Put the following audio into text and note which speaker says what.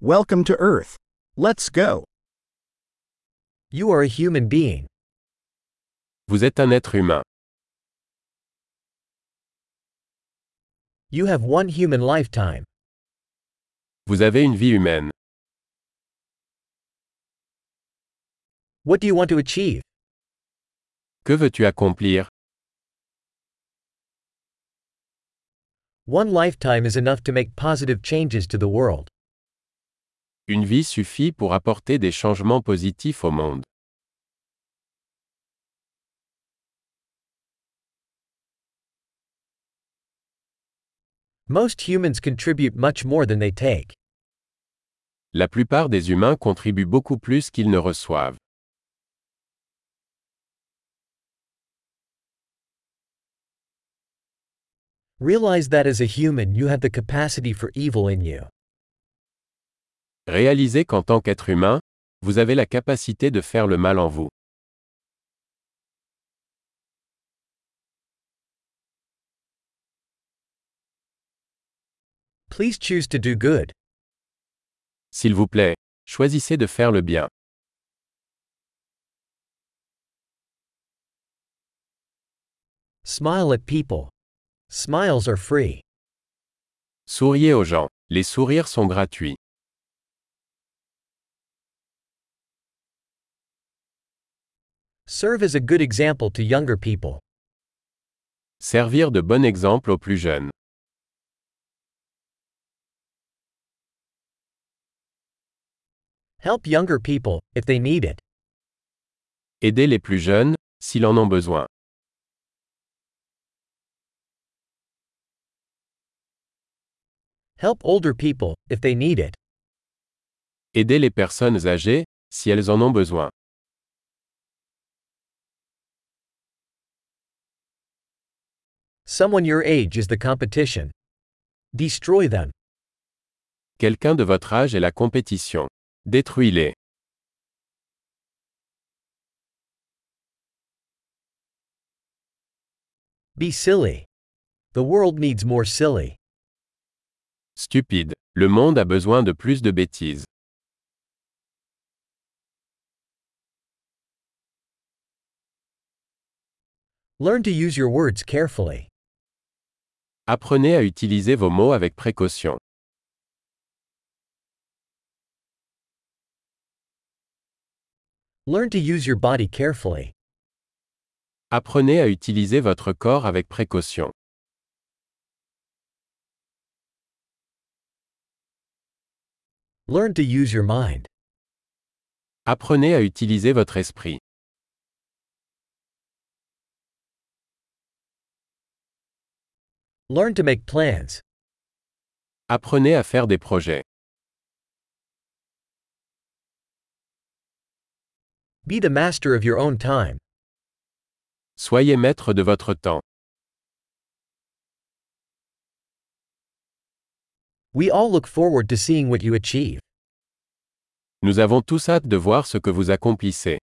Speaker 1: Welcome to Earth. Let's go.
Speaker 2: You are a human being.
Speaker 3: Vous êtes un être humain.
Speaker 2: You have one human lifetime.
Speaker 3: Vous avez une vie humaine.
Speaker 2: What do you want to achieve?
Speaker 3: Que veux-tu accomplir
Speaker 2: One lifetime is enough to make positive changes to the world.
Speaker 3: Une vie suffit pour apporter des changements positifs au monde.
Speaker 2: Most humans contribute much more than they take.
Speaker 3: La plupart des humains contribuent beaucoup plus qu'ils ne reçoivent.
Speaker 2: Realize that as a human you have the capacity for evil in you.
Speaker 3: Réalisez qu'en tant qu'être humain, vous avez la capacité de faire le mal en vous.
Speaker 2: Please choose to do good.
Speaker 3: S'il vous plaît, choisissez de faire le bien.
Speaker 2: Smile at people. Smiles are free.
Speaker 3: Souriez aux gens. Les sourires sont gratuits.
Speaker 2: Serve as a good example to younger people.
Speaker 3: Servir de bon exemple aux plus jeunes.
Speaker 2: Help younger people if they need it.
Speaker 3: Aider les plus jeunes, s'ils en ont besoin.
Speaker 2: Help older people if they need it.
Speaker 3: Aider les personnes âgées, si elles en ont besoin.
Speaker 2: Someone your age is the competition. Destroy them.
Speaker 3: Quelqu'un de votre âge est la compétition. Détruis-les.
Speaker 2: Be silly. The world needs more silly.
Speaker 3: Stupide. Le monde a besoin de plus de bêtises.
Speaker 2: Learn to use your words carefully.
Speaker 3: Apprenez à utiliser vos mots avec précaution.
Speaker 2: Learn to use your body carefully.
Speaker 3: Apprenez à utiliser votre corps avec précaution.
Speaker 2: Learn to use your mind.
Speaker 3: Apprenez à utiliser votre esprit.
Speaker 2: Learn to make plans.
Speaker 3: Apprenez à faire des projets.
Speaker 2: Be the master of your own time.
Speaker 3: Soyez maître de votre temps.
Speaker 2: We all look forward to seeing what you achieve.
Speaker 3: Nous avons tous hâte de voir ce que vous accomplissez.